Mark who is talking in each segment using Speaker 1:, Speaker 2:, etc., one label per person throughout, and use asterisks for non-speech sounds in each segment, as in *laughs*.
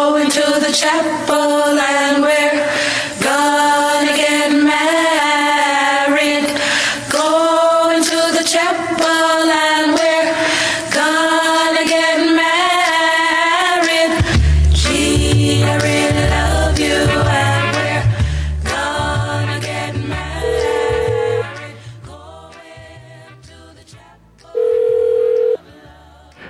Speaker 1: the chapel and we're gonna get married. Going to the chapel and we're gonna get married. Gee, I really love you and we're gonna get married. Going to the chapel.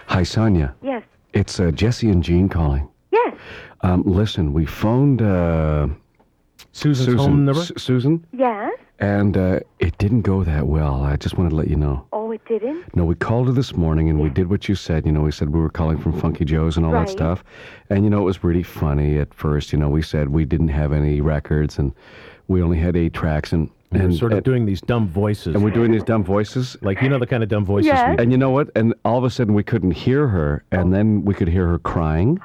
Speaker 2: Hi, Sonia.
Speaker 3: Yes.
Speaker 2: It's uh, Jesse and Jean calling.
Speaker 3: Yes.
Speaker 2: Um, listen, we phoned uh,
Speaker 4: Susan's
Speaker 2: Susan.
Speaker 4: home number?
Speaker 2: S- Susan,
Speaker 3: Yes.
Speaker 2: and uh, it didn't go that well. I just wanted to let you know.
Speaker 3: Oh, it didn't. *gasps*
Speaker 2: No, we called her this morning, and we did what you said. You know, we said we were calling from Funky Joe's and all
Speaker 3: Right.
Speaker 2: that stuff. And you know, it was really funny at first. You know, we said we didn't have any records, and we only had eight tracks, and
Speaker 4: And,
Speaker 2: and,
Speaker 4: we're sort of
Speaker 2: and,
Speaker 4: doing these dumb voices.
Speaker 2: and we're doing these dumb voices.
Speaker 4: like, you know the kind of dumb voices
Speaker 3: Yes.
Speaker 4: we
Speaker 2: And you know what? And all of a sudden we couldn't hear her, and then we could hear her crying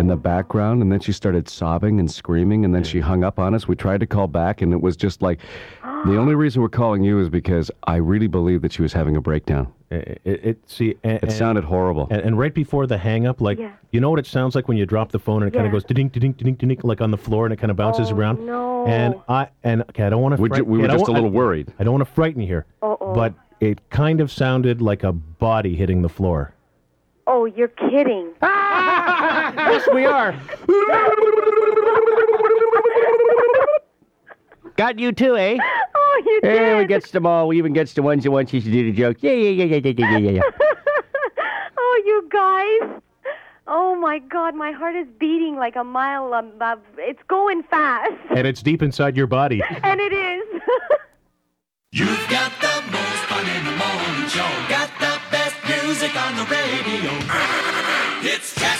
Speaker 2: in the background, and then she started sobbing and screaming, and then
Speaker 4: Mm.
Speaker 2: she hung up on us. We tried to call back, and it was just like
Speaker 4: *gasps*
Speaker 2: the only reason we're calling you is because I really believe that she was having a breakdown.
Speaker 4: It, eh, it, it- see, and,
Speaker 2: It
Speaker 4: and-
Speaker 2: sounded horrible.
Speaker 4: and, and right before the hang up, like,
Speaker 3: Yeah.
Speaker 4: you know what it sounds like when you drop the phone and it kind of
Speaker 3: Yeah.
Speaker 4: goes ding ding ding ding like on the floor and it kind of bounces
Speaker 3: Oh,
Speaker 4: around.
Speaker 3: no.
Speaker 4: And I and okay, I don't want to.
Speaker 2: we, ju- we were just a little worried.
Speaker 4: I don't want to frighten you here,
Speaker 3: Uh-oh.
Speaker 4: but it kind of sounded like a body hitting the floor.
Speaker 3: Oh, you're
Speaker 4: *laughs*
Speaker 3: kidding.
Speaker 4: Yes, we are.
Speaker 5: Got you too, eh?
Speaker 3: Oh, you
Speaker 5: Yeah, we
Speaker 3: did.
Speaker 5: gets them all. We even gets the ones that wants you to do the joke. Yeah, yeah, yeah, yeah, yeah, yeah, yeah, yeah.
Speaker 3: oh, you guys. Oh my God, my heart is beating like a mile. Um, uh, it's going fast,
Speaker 4: and it's deep inside your body.
Speaker 3: and it is. *laughs*
Speaker 6: You've got the most fun in the morning show. Got the best music on the radio. *laughs* It's Cat